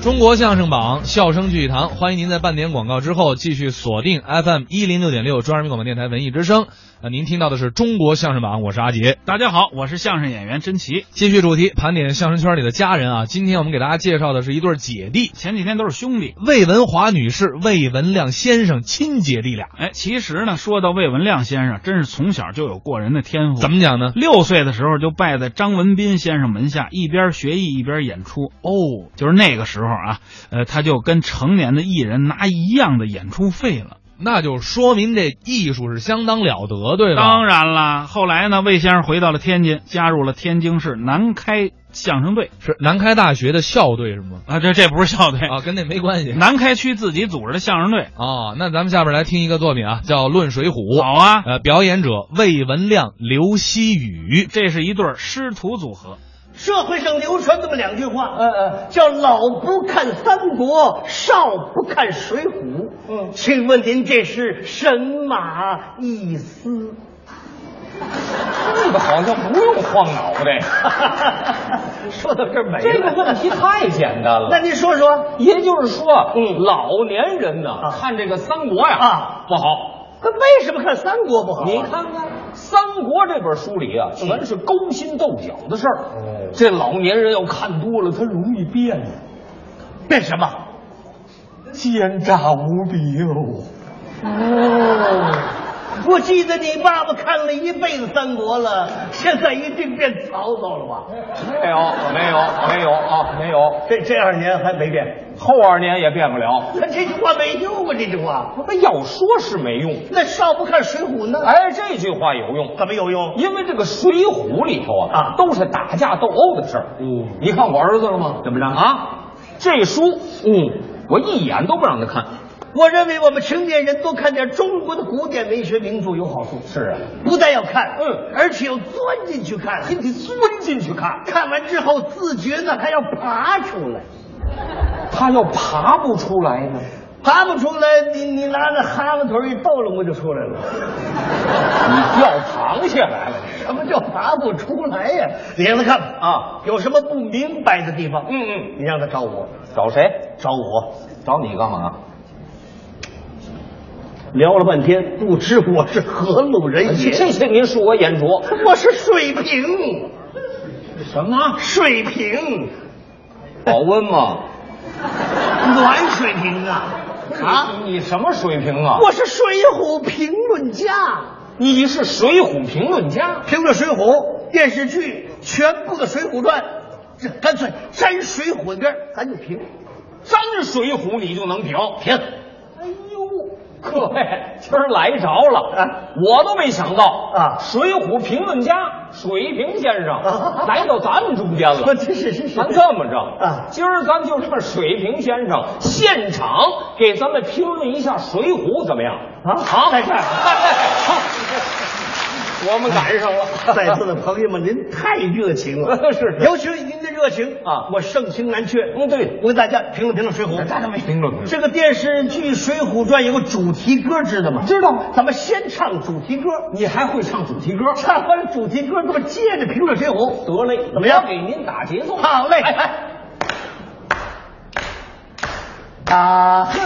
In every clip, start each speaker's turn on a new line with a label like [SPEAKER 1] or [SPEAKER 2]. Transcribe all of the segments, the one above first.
[SPEAKER 1] 中国相声榜，笑声聚一堂。欢迎您在半点广告之后继续锁定 FM 一零六点六，中央人民广播电台文艺之声。呃，您听到的是中国相声榜，我是阿杰。
[SPEAKER 2] 大家好，我是相声演员甄奇。
[SPEAKER 1] 继续主题，盘点相声圈里的家人啊。今天我们给大家介绍的是一对姐弟，
[SPEAKER 2] 前几天都是兄弟。
[SPEAKER 1] 魏文华女士、魏文亮先生亲姐弟俩。
[SPEAKER 2] 哎，其实呢，说到魏文亮先生，真是从小就有过人的天赋。
[SPEAKER 1] 怎么讲呢？
[SPEAKER 2] 六岁的时候就拜在张文斌先生门下，一边学艺一边演出。
[SPEAKER 1] 哦，
[SPEAKER 2] 就是那个时候啊，呃，他就跟成年的艺人拿一样的演出费了。
[SPEAKER 1] 那就说明这艺术是相当了得，对吧？
[SPEAKER 2] 当然啦，后来呢，魏先生回到了天津，加入了天津市南开相声队
[SPEAKER 1] 是南开大学的校队是吗？
[SPEAKER 2] 啊，这这不是校队，
[SPEAKER 1] 啊，跟那没关系。
[SPEAKER 2] 南开区自己组织的相声队。
[SPEAKER 1] 哦，那咱们下边来听一个作品啊，叫《论水浒》。
[SPEAKER 2] 好啊，
[SPEAKER 1] 呃，表演者魏文亮、刘希宇。
[SPEAKER 2] 这是一对儿师徒组合。
[SPEAKER 3] 社会上流传这么两句话，嗯嗯，叫老不看三国，少不看水浒。嗯，请问您这是神马意思？
[SPEAKER 4] 这个好像不用晃脑袋。
[SPEAKER 3] 说到这儿没了。
[SPEAKER 4] 这个问题太简单了。
[SPEAKER 3] 那您说说，
[SPEAKER 4] 也就是说，
[SPEAKER 3] 嗯
[SPEAKER 4] 老年人呢、
[SPEAKER 3] 啊
[SPEAKER 4] 看这个三国呀、
[SPEAKER 3] 啊
[SPEAKER 4] 不好。
[SPEAKER 3] 那为什么看三国不好啊？
[SPEAKER 4] 你看看《三国》这本书里啊，全是勾心斗角的事儿。
[SPEAKER 3] 哦
[SPEAKER 4] 这老年人要看多了，他容易变，
[SPEAKER 3] 变什么？
[SPEAKER 4] 奸诈无比哟、
[SPEAKER 3] 哦我记得你爸爸看了一辈子三国了，现在一定变曹操了吧？
[SPEAKER 4] 没有，没有，没有啊，没有。
[SPEAKER 3] 这这二年还没变，
[SPEAKER 4] 后二年也变不了。
[SPEAKER 3] 那这句话没用啊！这句话，
[SPEAKER 4] 他妈要说是没用，
[SPEAKER 3] 那少不看水浒呢？
[SPEAKER 4] 哎，这句话有用。
[SPEAKER 3] 怎么有用？
[SPEAKER 4] 因为这个《水浒》里头
[SPEAKER 3] 啊
[SPEAKER 4] 啊都是打架斗殴的事儿。
[SPEAKER 3] 嗯
[SPEAKER 4] 你看我儿子了吗？怎么着啊？这书，嗯，我一眼都不让他看。
[SPEAKER 3] 我认为我们成年人多看点中国的古典文学名著有好处，
[SPEAKER 4] 是啊，
[SPEAKER 3] 不但要看，
[SPEAKER 4] 嗯
[SPEAKER 3] 而且要钻进去看，还得钻进去看。看完之后自觉呢还要爬出来，
[SPEAKER 4] 他要爬不出来呢。
[SPEAKER 3] 爬不出来，你你拿着哈巴腿一逗楞，我就出来了。
[SPEAKER 4] 你钓螃蟹来了，
[SPEAKER 3] 什么叫爬不出来呀、你让他看吧
[SPEAKER 4] 啊，
[SPEAKER 3] 有什么不明白的地方，
[SPEAKER 4] 嗯嗯，
[SPEAKER 3] 你让他找我，
[SPEAKER 4] 找谁？
[SPEAKER 3] 找我。
[SPEAKER 4] 找你干嘛？
[SPEAKER 3] 聊了半天，不知我是何路人也。
[SPEAKER 4] 谢谢您恕我眼拙。
[SPEAKER 3] 我是水瓶，
[SPEAKER 4] 什么？
[SPEAKER 3] 水瓶。
[SPEAKER 4] 保温吗？
[SPEAKER 3] 暖水瓶啊啊！
[SPEAKER 4] 你你什么水平啊？
[SPEAKER 3] 我是《水浒》评论家，
[SPEAKER 4] 你是《水浒》评论家。
[SPEAKER 3] 评论《水浒》电视剧全部的《水浒传》，这干脆沾《水浒》边儿咱就评
[SPEAKER 4] 沾《水浒》你就能评
[SPEAKER 3] 评。
[SPEAKER 4] 哎呦，各位，今儿来着了，我都没想到
[SPEAKER 3] 啊
[SPEAKER 4] 水浒评论家水平先生、
[SPEAKER 3] 啊
[SPEAKER 4] 来到咱们中间了。
[SPEAKER 3] 这是是
[SPEAKER 4] 咱这么着
[SPEAKER 3] 啊
[SPEAKER 4] 今儿咱就让水平先生现场给咱们评论一下《水浒》怎么样？
[SPEAKER 3] 啊
[SPEAKER 4] 好，
[SPEAKER 3] 在这儿
[SPEAKER 4] 好我
[SPEAKER 3] 哎
[SPEAKER 4] 们赶 上了，
[SPEAKER 3] 在座的朋友们，您太热情 了，
[SPEAKER 4] 是是
[SPEAKER 3] 尤其是您的热情
[SPEAKER 4] 啊
[SPEAKER 3] 我盛情难却。
[SPEAKER 4] 嗯对
[SPEAKER 3] 我给大家评论评论《水浒》，
[SPEAKER 4] 大家没评论评论
[SPEAKER 3] 这个电视剧《水浒传》有个主题歌，知道吗？
[SPEAKER 4] 知道
[SPEAKER 3] 咱们先唱主题歌，
[SPEAKER 4] 你还会唱主题歌？
[SPEAKER 3] 唱完了主题歌，咱们接着评论《水浒》。
[SPEAKER 4] 得嘞，
[SPEAKER 3] 怎么样
[SPEAKER 4] 我给您打节奏。
[SPEAKER 3] 好嘞
[SPEAKER 4] 哎哎
[SPEAKER 3] 大河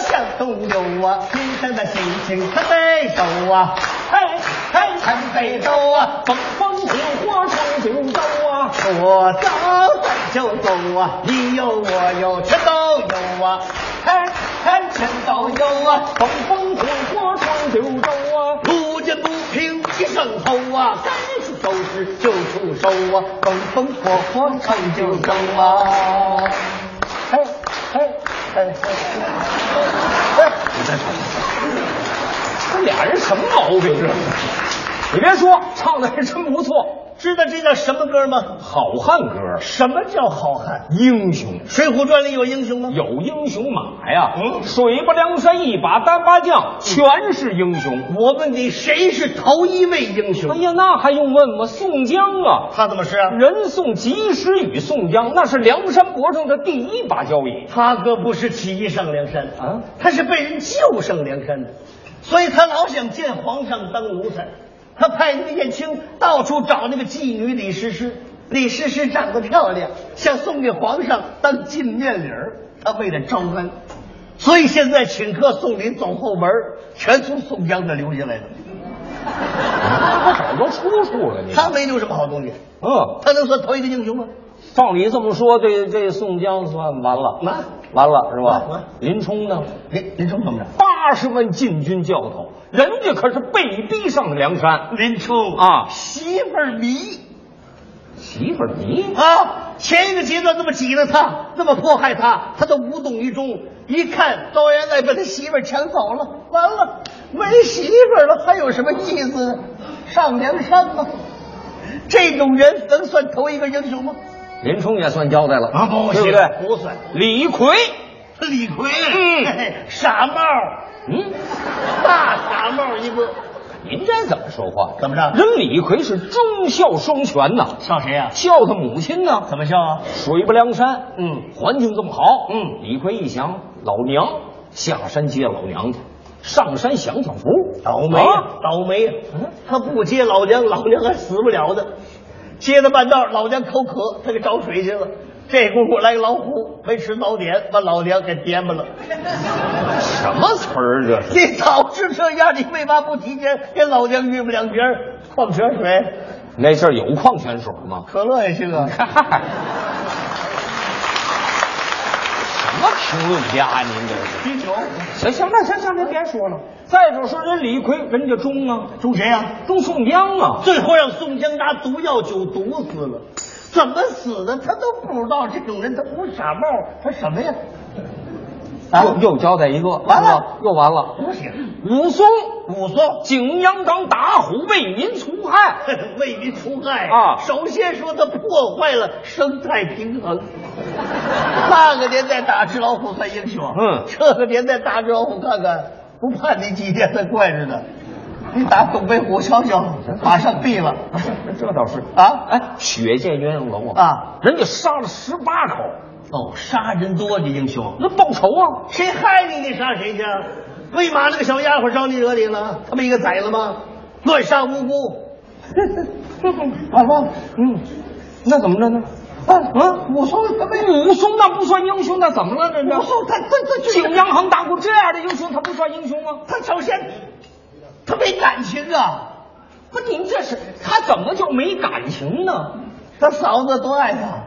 [SPEAKER 3] 向东流啊，心上的心情它在走啊，
[SPEAKER 4] 哎哎，
[SPEAKER 3] 还北走啊，
[SPEAKER 4] 风风火火上九州啊，
[SPEAKER 3] 我走咱就走啊，你有我有全都有啊，
[SPEAKER 4] 哎哎，全都有啊，风风火火上九州啊，
[SPEAKER 3] 路见不平一声吼啊，该出手时就出手啊，风风火火唱九州啊，嘿嘿嘿嘿，
[SPEAKER 4] 这俩人什么毛病这是？你别说，唱的还真不错，
[SPEAKER 3] 知道这叫什么歌吗？
[SPEAKER 4] 好汉歌，
[SPEAKER 3] 什么叫好汉？
[SPEAKER 4] 英雄。
[SPEAKER 3] 《水浒传》里有英雄吗？
[SPEAKER 4] 有英雄马呀，
[SPEAKER 3] 嗯
[SPEAKER 4] 水泊梁山一把单八将，全是英雄。
[SPEAKER 3] 我问你，谁是头一位英
[SPEAKER 4] 哎
[SPEAKER 3] 雄？
[SPEAKER 4] 呀，那还用问吗？宋江啊，
[SPEAKER 3] 他怎么是啊？
[SPEAKER 4] 人送及时雨宋江，那是梁山伯上的第一把交椅。
[SPEAKER 3] 他可不是起义上梁山
[SPEAKER 4] 啊，
[SPEAKER 3] 他是被人救上梁山的，所以他老想见皇上当奴才。他派那个燕青到处找那个妓女李师师，李师师长得漂亮，想送给皇上当进面礼儿，他为了招安，所以现在请客送礼走后门儿，全从宋江这留下来的。
[SPEAKER 4] 找着出处了你。
[SPEAKER 3] 他没留什么好东西，
[SPEAKER 4] 嗯，
[SPEAKER 3] 他能算头一个英雄吗？
[SPEAKER 4] 照你这么说，这这宋江算完了，
[SPEAKER 3] 完
[SPEAKER 4] 完了是
[SPEAKER 3] 完
[SPEAKER 4] 吧
[SPEAKER 3] 了？
[SPEAKER 4] 林冲呢？
[SPEAKER 3] 林林冲怎么着？
[SPEAKER 4] 八十万禁军教头，人家可是被逼上梁山，
[SPEAKER 3] 林冲
[SPEAKER 4] 啊
[SPEAKER 3] 媳妇儿迷
[SPEAKER 4] 媳妇儿你
[SPEAKER 3] 啊！前一个阶段那么挤着他，那么迫害他，他都无动于衷。一看高员外把他媳妇儿抢走了，完了，没媳妇儿了，还有什么意思呢？上梁山吧，这种人能算头一个英雄吗？
[SPEAKER 4] 林冲也算交代了，对啊不
[SPEAKER 3] 对
[SPEAKER 4] 对？
[SPEAKER 3] 啊不算。
[SPEAKER 4] 李逵，
[SPEAKER 3] 李逵，
[SPEAKER 4] 嗯
[SPEAKER 3] 嘿嘿 傻帽儿，
[SPEAKER 4] 嗯，
[SPEAKER 3] 大傻帽儿一个。
[SPEAKER 4] 您这怎么说话？
[SPEAKER 3] 怎么着
[SPEAKER 4] 人李逵是忠孝双全呐，
[SPEAKER 3] 笑谁啊呀、
[SPEAKER 4] 孝他母亲呐，
[SPEAKER 3] 怎么笑啊？
[SPEAKER 4] 水泊梁山，
[SPEAKER 3] 嗯，
[SPEAKER 4] 环境这么好，
[SPEAKER 3] 嗯
[SPEAKER 4] 李逵一想，老娘下山接老娘去，上山享享福，
[SPEAKER 3] 倒霉啊
[SPEAKER 4] 啊！
[SPEAKER 3] 倒霉啊！
[SPEAKER 4] 嗯
[SPEAKER 3] 他不接老娘，老娘还死不了呢。接到半道，老娘口渴，他给找水去了。这功夫来个老虎，没吃早点，把老娘给颠 巴了。
[SPEAKER 4] 什么词儿这是？
[SPEAKER 3] 你早知这样，你为嘛不提前给老娘预备两瓶矿泉水、
[SPEAKER 4] 那阵儿有矿泉水 吗？
[SPEAKER 3] 可乐也行啊？
[SPEAKER 4] 嗨，什么评论家您这是？
[SPEAKER 3] 啤酒。
[SPEAKER 4] 行行了，行行，您别说了。再者说，人李逵人家忠啊，
[SPEAKER 3] 中谁呀、
[SPEAKER 4] 忠宋江啊，
[SPEAKER 3] 最后让宋江拿毒药酒毒死了。怎么死的？他都不知道。这种人他不是傻帽，他什么呀？
[SPEAKER 4] 又又交代一个，
[SPEAKER 3] 啊完了
[SPEAKER 4] 又完了。
[SPEAKER 3] 不行，
[SPEAKER 4] 武松，
[SPEAKER 3] 武松
[SPEAKER 4] 景阳冈打虎为民除害，
[SPEAKER 3] 为民除害
[SPEAKER 4] 啊
[SPEAKER 3] 首先说他破坏了生态平 衡。那个年代打只老虎算英雄，
[SPEAKER 4] 嗯
[SPEAKER 3] 这个年代打只老虎看看，不判你几天才怪着呢。你打东北虎瞧瞧，马上毙了
[SPEAKER 4] 这倒是
[SPEAKER 3] 啊！
[SPEAKER 4] 哎，血溅鸳鸯楼啊，
[SPEAKER 3] 啊，
[SPEAKER 4] 人家杀了十八口，
[SPEAKER 3] 哦，杀人多的英雄，
[SPEAKER 4] 那报仇啊！
[SPEAKER 3] 谁害你，你杀谁去？喂马那个小丫鬟招你惹你了，他们一个宰了吗？乱杀无辜，
[SPEAKER 4] 老婆， 嗯，那怎么着呢？啊啊！武松怎么？武松那不算英雄，那怎么了？这
[SPEAKER 3] 武松他他他就是
[SPEAKER 4] 景阳冈打过这样的英雄，他不算英雄吗？
[SPEAKER 3] 他首先他没感情啊。
[SPEAKER 4] 不，您这是他怎么就没感情呢？
[SPEAKER 3] 他嫂子多爱他，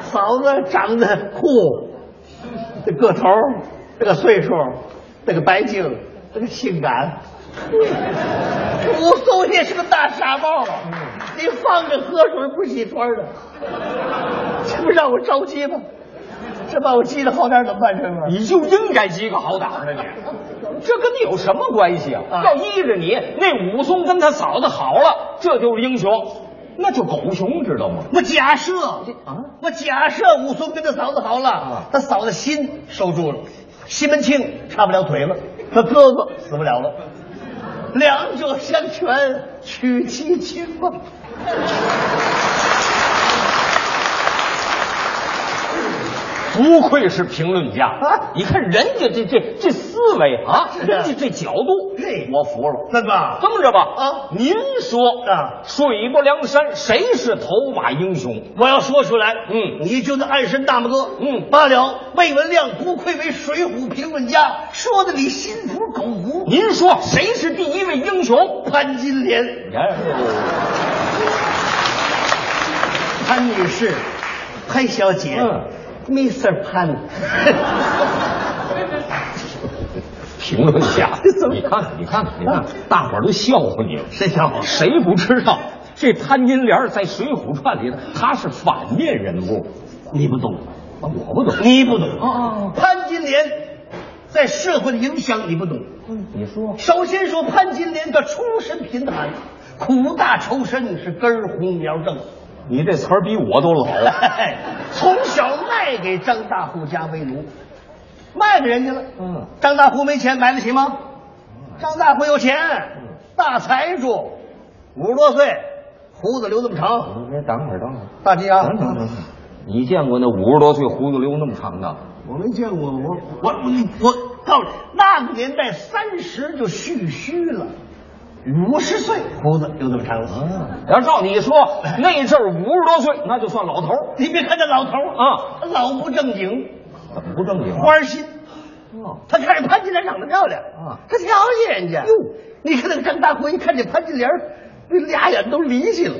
[SPEAKER 3] 嫂子长得酷，这个头儿，这个岁数，这个白净，这个性感。武松也是个大傻帽，你放着喝水不洗穿的，这不让我着急吗？这把我急得好点儿怎么办？这个
[SPEAKER 4] 你就应该击个好打的你，这跟你有什么关系啊？
[SPEAKER 3] 啊
[SPEAKER 4] 要依着你，那武松跟他嫂子好了，这就是英雄，那就狗熊，知道吗？
[SPEAKER 3] 我假设
[SPEAKER 4] 啊
[SPEAKER 3] 我假设武松跟他嫂子好了，他嫂子心收住了，西门庆插不了腿了，他哥哥死不了了，两者相权取其轻嘛。
[SPEAKER 4] 不愧是评论家，
[SPEAKER 3] 啊
[SPEAKER 4] 你看人家这这这思维啊，
[SPEAKER 3] 是
[SPEAKER 4] 人家这角度，
[SPEAKER 3] 对
[SPEAKER 4] 我服了。
[SPEAKER 3] 怎么
[SPEAKER 4] 这么着吧，
[SPEAKER 3] 啊
[SPEAKER 4] 您说
[SPEAKER 3] 啊
[SPEAKER 4] 水泊梁山谁是头把英雄？
[SPEAKER 3] 我要说出来，
[SPEAKER 4] 嗯
[SPEAKER 3] 你就得暗身大拇哥，
[SPEAKER 4] 嗯
[SPEAKER 3] 罢了。魏文亮不愧为《水浒》评论家，说的你心服口服。
[SPEAKER 4] 您说谁是第一位英雄？
[SPEAKER 3] 潘金莲，潘女士，潘小姐、
[SPEAKER 4] 嗯
[SPEAKER 3] m r 潘。
[SPEAKER 4] 评论家
[SPEAKER 3] 怎，么
[SPEAKER 4] 你看看，你看看，你看看，大伙儿都笑话你了。
[SPEAKER 3] 谁笑话？
[SPEAKER 4] 谁不知道这潘金莲在《水浒传》里头，她是反面人物？
[SPEAKER 3] 你不懂。
[SPEAKER 4] 啊我不懂，
[SPEAKER 3] 你不懂
[SPEAKER 4] 哦
[SPEAKER 3] 潘金莲在社会的影响你不懂。
[SPEAKER 4] 嗯你说
[SPEAKER 3] 首先说潘金莲她出身贫寒，苦大仇深，是根儿红苗正，
[SPEAKER 4] 你这词儿比我都老。
[SPEAKER 3] 啊
[SPEAKER 4] 哎
[SPEAKER 3] 从小卖给张大户家为奴，卖给人家了。
[SPEAKER 4] 嗯，
[SPEAKER 3] 张大户没钱买得起吗？张大户有
[SPEAKER 4] 嗯
[SPEAKER 3] 钱，大财主，五十多岁，胡子留这么长，
[SPEAKER 4] 你等会儿，等会儿，
[SPEAKER 3] 大啊金牙。
[SPEAKER 4] 嗯你见过那五十多岁胡子留那么长的？
[SPEAKER 3] 我没见过，我我我我告诉你，那个年代三十就蓄须了，
[SPEAKER 4] 五十岁
[SPEAKER 3] 胡子有这么长
[SPEAKER 4] 啊！要照你说，那阵儿五十多岁，那就算老头儿。
[SPEAKER 3] 你别看这老头儿
[SPEAKER 4] 啊，
[SPEAKER 3] 他老不正经，
[SPEAKER 5] 怎么不正经啊？
[SPEAKER 3] 花心。
[SPEAKER 4] 哦，
[SPEAKER 3] 他看着潘金莲长得漂亮
[SPEAKER 5] 啊
[SPEAKER 3] 他瞧不起人家。
[SPEAKER 4] 哟，
[SPEAKER 3] 你看那个张大国一看见潘金莲，那俩眼都离去了，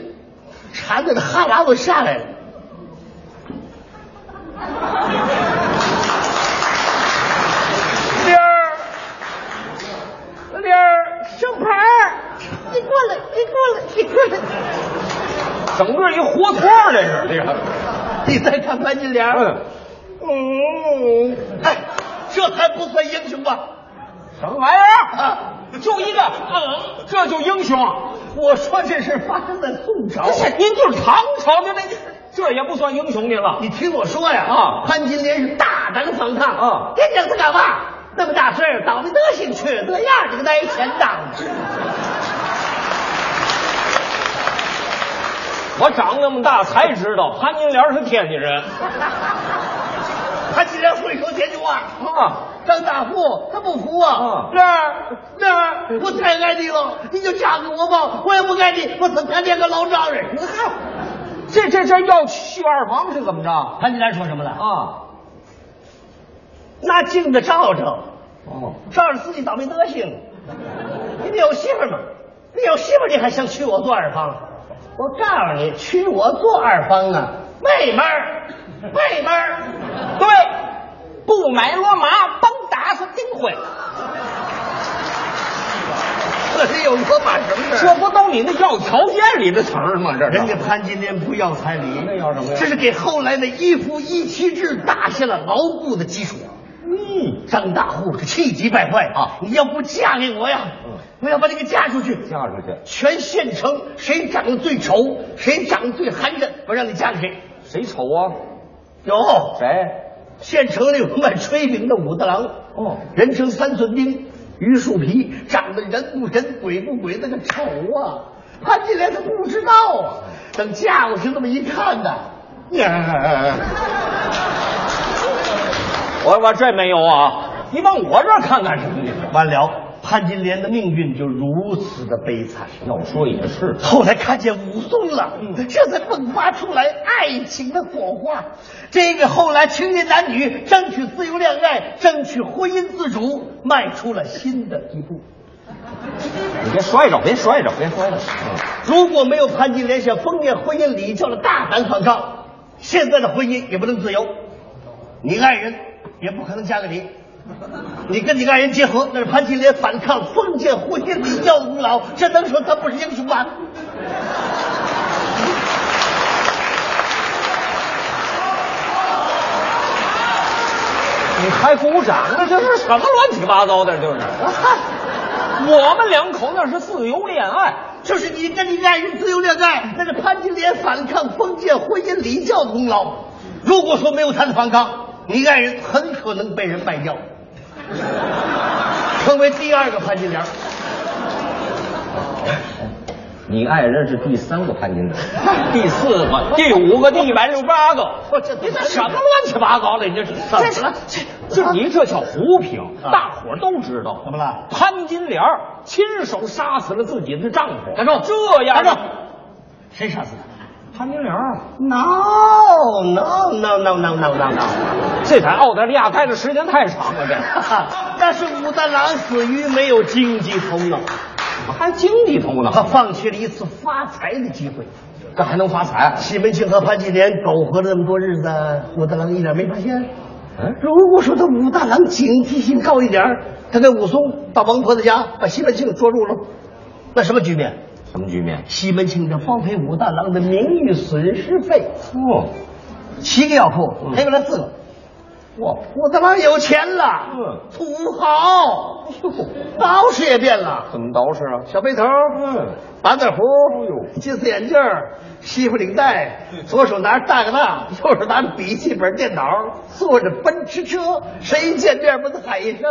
[SPEAKER 3] 馋的那哈喇子下 来了。莲儿，莲儿，小牌儿， 你过来，你过来，你过来。
[SPEAKER 4] 整个一活托儿这是。这个
[SPEAKER 3] 你再看潘金莲，
[SPEAKER 4] 嗯
[SPEAKER 3] 嗯，哎，这还不算英雄吧？
[SPEAKER 4] 什么玩意儿？
[SPEAKER 3] 啊，
[SPEAKER 4] 就一个，嗯，这就英雄。
[SPEAKER 3] 我说这事发生在宋朝
[SPEAKER 4] 不。是，您就是唐朝的那，这也不算英雄您了。
[SPEAKER 3] 你听我说呀，
[SPEAKER 4] 啊
[SPEAKER 3] 潘金莲是大胆反抗
[SPEAKER 4] 啊
[SPEAKER 3] 你整他干嘛？那么大岁数，倒霉德行去了，这样你个挨钱当。
[SPEAKER 4] 我长那么大才知道，潘金莲是天津
[SPEAKER 3] 啊
[SPEAKER 4] 人
[SPEAKER 3] 潘金莲会说天津话，
[SPEAKER 4] 啊。
[SPEAKER 3] 张大户他不服啊
[SPEAKER 4] 啊，
[SPEAKER 3] 那儿那儿，我太爱你了，你就嫁给我吧，我也不爱你，我怎么变个老丈人？你看，
[SPEAKER 4] 这这这要去二房是怎么着？
[SPEAKER 3] 潘金莲说什么了？
[SPEAKER 4] 啊，
[SPEAKER 3] 拿镜子照照，
[SPEAKER 4] 哦，
[SPEAKER 3] 照着自己倒霉德行。你有媳妇儿吗？你有媳妇儿，你还想娶我做二房？我告诉你，娶我做二房啊，妹妹儿，妹妹儿，
[SPEAKER 4] 对，不买罗马，甭打死丁会，
[SPEAKER 3] 这是有罗马什么事
[SPEAKER 4] 这
[SPEAKER 3] 儿？
[SPEAKER 4] 不都你那要条件里的词儿吗？这
[SPEAKER 3] 人
[SPEAKER 4] 是
[SPEAKER 3] 家潘金莲不要彩礼，
[SPEAKER 4] 那要什么呀
[SPEAKER 3] 这是给后来的一夫一妻制打下了牢固的基础。嗯，张大户可气急败坏
[SPEAKER 5] 啊
[SPEAKER 3] 你要不嫁给我呀？
[SPEAKER 4] 嗯
[SPEAKER 3] 我要把你给嫁出去。
[SPEAKER 5] 嫁出去，
[SPEAKER 3] 全县城谁长得最丑，谁长得最寒碜，我让你嫁给谁。
[SPEAKER 5] 谁丑啊？
[SPEAKER 3] 有
[SPEAKER 5] 谁？
[SPEAKER 3] 县城里有卖炊饼的武大郎，
[SPEAKER 5] 哦
[SPEAKER 3] 人称三寸丁，榆树皮，长得人不人鬼不鬼，那个丑啊！潘金莲她不知道啊，等嫁过去那么一看呐、呀
[SPEAKER 4] 我我这没有啊，你往我这儿看干什么？你
[SPEAKER 3] 完了，潘金莲的命运就如此的悲惨。
[SPEAKER 5] 要说也是，
[SPEAKER 3] 后来看见武松了，这才迸发出来爱情的火花。这个后来青年男女争取自由恋爱，争取婚姻自主，迈出了新的一步。
[SPEAKER 5] 你别摔着，别摔着，别摔着。嗯
[SPEAKER 3] 如果没有潘金莲像封建婚姻礼教的大胆反抗，现在的婚姻也不能自由。你爱人也不可能嫁给你，你跟你爱人结合，那是潘金莲反抗封建婚姻礼教的功劳，这能说他不是英雄吗？
[SPEAKER 4] 你还鼓掌呢？啊这是什么乱七八糟的？就是，我们两口那是自由恋爱，
[SPEAKER 3] 就是你跟你爱人自由恋爱，那是潘金莲反抗封建婚姻礼教的功劳。如果说没有他的反抗，你爱人很可能被人卖掉，成为第二个潘金莲。
[SPEAKER 5] 你爱人是第三个潘金莲，
[SPEAKER 4] 第四个、第五个、第一百六十八个，
[SPEAKER 3] 我这
[SPEAKER 4] 你这什么乱七八糟的？你这是
[SPEAKER 3] 怎么了
[SPEAKER 4] 这这你这叫胡平，
[SPEAKER 3] 啊
[SPEAKER 4] 大伙儿都知道。
[SPEAKER 3] 怎么了
[SPEAKER 4] 潘金莲儿亲手杀死了自己的丈夫。
[SPEAKER 3] 站住
[SPEAKER 4] 这样
[SPEAKER 3] 站住
[SPEAKER 4] 的
[SPEAKER 3] 谁杀死的？
[SPEAKER 4] 潘金莲儿，
[SPEAKER 3] No no no no no no no no！
[SPEAKER 4] 这在澳大利亚待的时间太 长了，这
[SPEAKER 3] 那是武大郎死于没有经济头脑，
[SPEAKER 4] 还经济头
[SPEAKER 3] 他
[SPEAKER 4] 脑，
[SPEAKER 3] 放弃了一次发财的机会。
[SPEAKER 5] 这还能发财？
[SPEAKER 3] 西门庆和潘金莲苟合了那么多日子，武大郎一点没发现。
[SPEAKER 5] 嗯
[SPEAKER 3] 如果说他武大郎警惕性高一点儿，他跟武松到王婆子家把西门庆捉住了，那什么局面？
[SPEAKER 5] 什么局面？
[SPEAKER 3] 西门庆这包赔武大郎的名誉损失费
[SPEAKER 5] 哦，
[SPEAKER 3] 七个要扣，赔给他四个。
[SPEAKER 5] 哇，
[SPEAKER 3] 武大郎有钱了，
[SPEAKER 5] 嗯，
[SPEAKER 3] 土豪，捯饬也变了，
[SPEAKER 5] 怎么捯饬啊？
[SPEAKER 3] 小背头，
[SPEAKER 5] 嗯，
[SPEAKER 3] 板子
[SPEAKER 5] 哎
[SPEAKER 3] 胡，金丝眼镜儿，西服领带，左手拿着大哥大，右手拿着笔记本电脑，坐着奔驰车，谁见面不得喊一声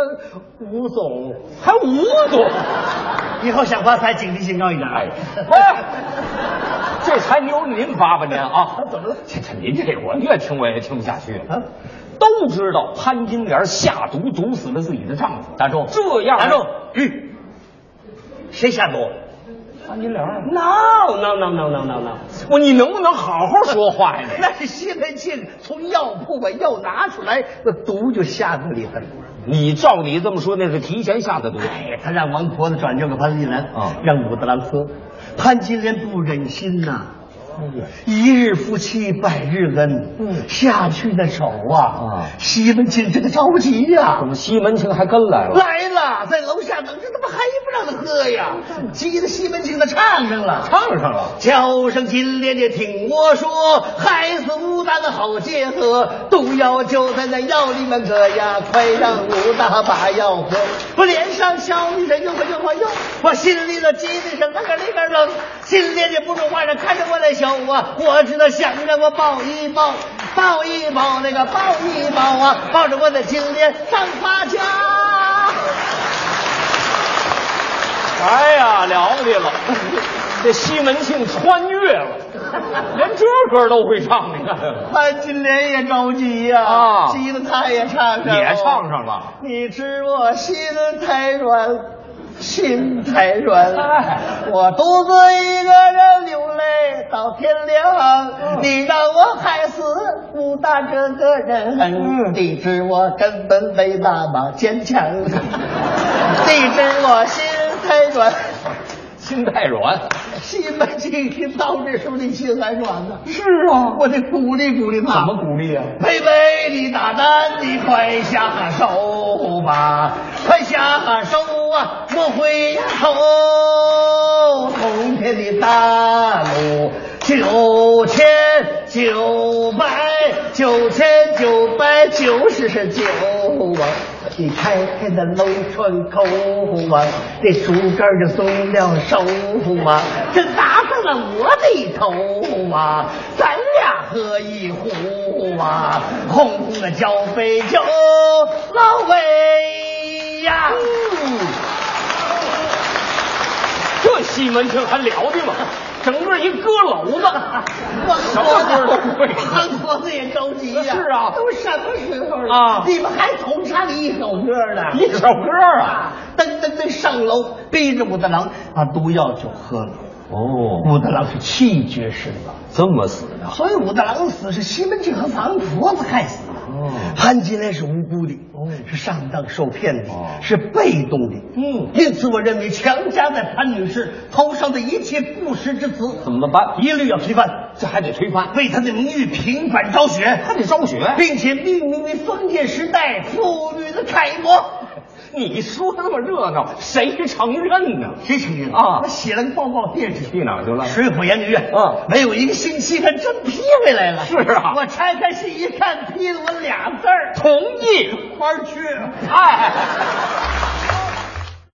[SPEAKER 3] 吴总？
[SPEAKER 4] 还吴总，
[SPEAKER 3] 以后想发财，警惕性高一点。哎，
[SPEAKER 4] 哎，这才由您发吧您啊！
[SPEAKER 3] 怎么了？
[SPEAKER 4] 这这您这我越听我也听不下去了。
[SPEAKER 3] 啊，
[SPEAKER 4] 都知道潘金莲下毒毒死了自己的丈夫，嗯
[SPEAKER 5] 大众
[SPEAKER 4] 这样
[SPEAKER 3] 打
[SPEAKER 4] 的
[SPEAKER 3] 住！谁下毒？
[SPEAKER 5] 潘金莲儿
[SPEAKER 4] No no no no no no no！我你能不能好好说话呀？你
[SPEAKER 3] 那吸了劲，从药铺把药拿出来，那毒就下肚里头了。
[SPEAKER 5] 你照你这么说，那是提前下的毒。
[SPEAKER 3] 哎，他让王婆子转交给潘金莲，
[SPEAKER 5] 啊
[SPEAKER 3] 让武大郎喝。潘金莲不忍心呐、一日夫妻百日恩，
[SPEAKER 5] 嗯
[SPEAKER 3] 下去的手啊，
[SPEAKER 5] 啊嗯
[SPEAKER 3] 西门庆这个着急呀、
[SPEAKER 5] 怎么西门庆还跟来了？
[SPEAKER 3] 来了，在楼下等着，怎么还不让他喝呀？急得西门庆他唱上了，
[SPEAKER 5] 唱上了。
[SPEAKER 3] 叫声金莲的听我说，孩子武大的好结合，毒药就在那药里面搁呀，快让武大把药喝。我脸上笑一声，又个又个又，我心里头急的是那个那个冷。金莲的不说话，着看着我的笑啊，我知道想让我抱一抱，抱一抱那个抱一抱啊，抱着我的金莲上发家。
[SPEAKER 5] 啊
[SPEAKER 4] 哎呀，了不得了！这西门庆穿越了，连这歌都会唱，你看。
[SPEAKER 3] 潘金莲也着急呀、
[SPEAKER 5] 啊
[SPEAKER 3] 急得他也唱上了，
[SPEAKER 5] 也唱上了。
[SPEAKER 3] 你知我心太软，心太软，我独自一个人流泪到天亮。你让我害死武大这个人，你知我根本没那么坚强。 你知我心太软，
[SPEAKER 5] 心太软，
[SPEAKER 3] 西门庆听到这时候，你心还软呢？是啊，我得鼓励鼓励他。
[SPEAKER 5] 怎么鼓励啊？
[SPEAKER 3] 贝贝，你大胆，你快下手吧，快下手啊！莫回头，通天的大路九千九百九千九百九十九啊！你开开那楼窗口啊，这竹竿就松了手啊，这打上了我的头啊，咱俩喝一壶啊，红红的交杯酒，老魏呀。
[SPEAKER 4] 这西门庆还了得吗？整个一歌篓子。什么歌都会
[SPEAKER 3] 韩国子也着急呀、
[SPEAKER 4] 是啊
[SPEAKER 3] 都什么时候了
[SPEAKER 4] 啊
[SPEAKER 3] 你们还同唱一首歌呢？
[SPEAKER 4] 一首歌啊！
[SPEAKER 3] 噔噔噔上楼，背着武大郎把毒药就喝了。
[SPEAKER 5] 哦，
[SPEAKER 3] 武大郎是气绝身亡，
[SPEAKER 5] 这么死的。
[SPEAKER 3] 所以武大郎死是西门庆和王婆子害死的。
[SPEAKER 5] 哦
[SPEAKER 3] 潘金莲是无辜的，是上当受骗的，
[SPEAKER 5] 哦
[SPEAKER 3] 是被动的。
[SPEAKER 5] 嗯
[SPEAKER 3] 因此我认为强加在潘女士头上的一切不实之词，
[SPEAKER 5] 怎么办？
[SPEAKER 3] 一
[SPEAKER 4] 啊
[SPEAKER 3] 律要推翻。
[SPEAKER 5] 这还得推翻，
[SPEAKER 3] 为他的名誉平反昭雪，
[SPEAKER 5] 还得昭雪。
[SPEAKER 3] 并且命名为封建时代妇女的楷模。
[SPEAKER 4] 你说那么热闹，谁承认呢？
[SPEAKER 3] 谁承认
[SPEAKER 5] 啊
[SPEAKER 3] 我写了个报告电视剧。
[SPEAKER 5] 去哪儿去了？
[SPEAKER 3] 水浒研究院，
[SPEAKER 5] 啊
[SPEAKER 3] 没有一个星期，还真批回来了。
[SPEAKER 5] 是啊
[SPEAKER 3] 我拆开信一看，批了我俩字儿，
[SPEAKER 4] 同意。
[SPEAKER 3] 花儿去。
[SPEAKER 4] 哎，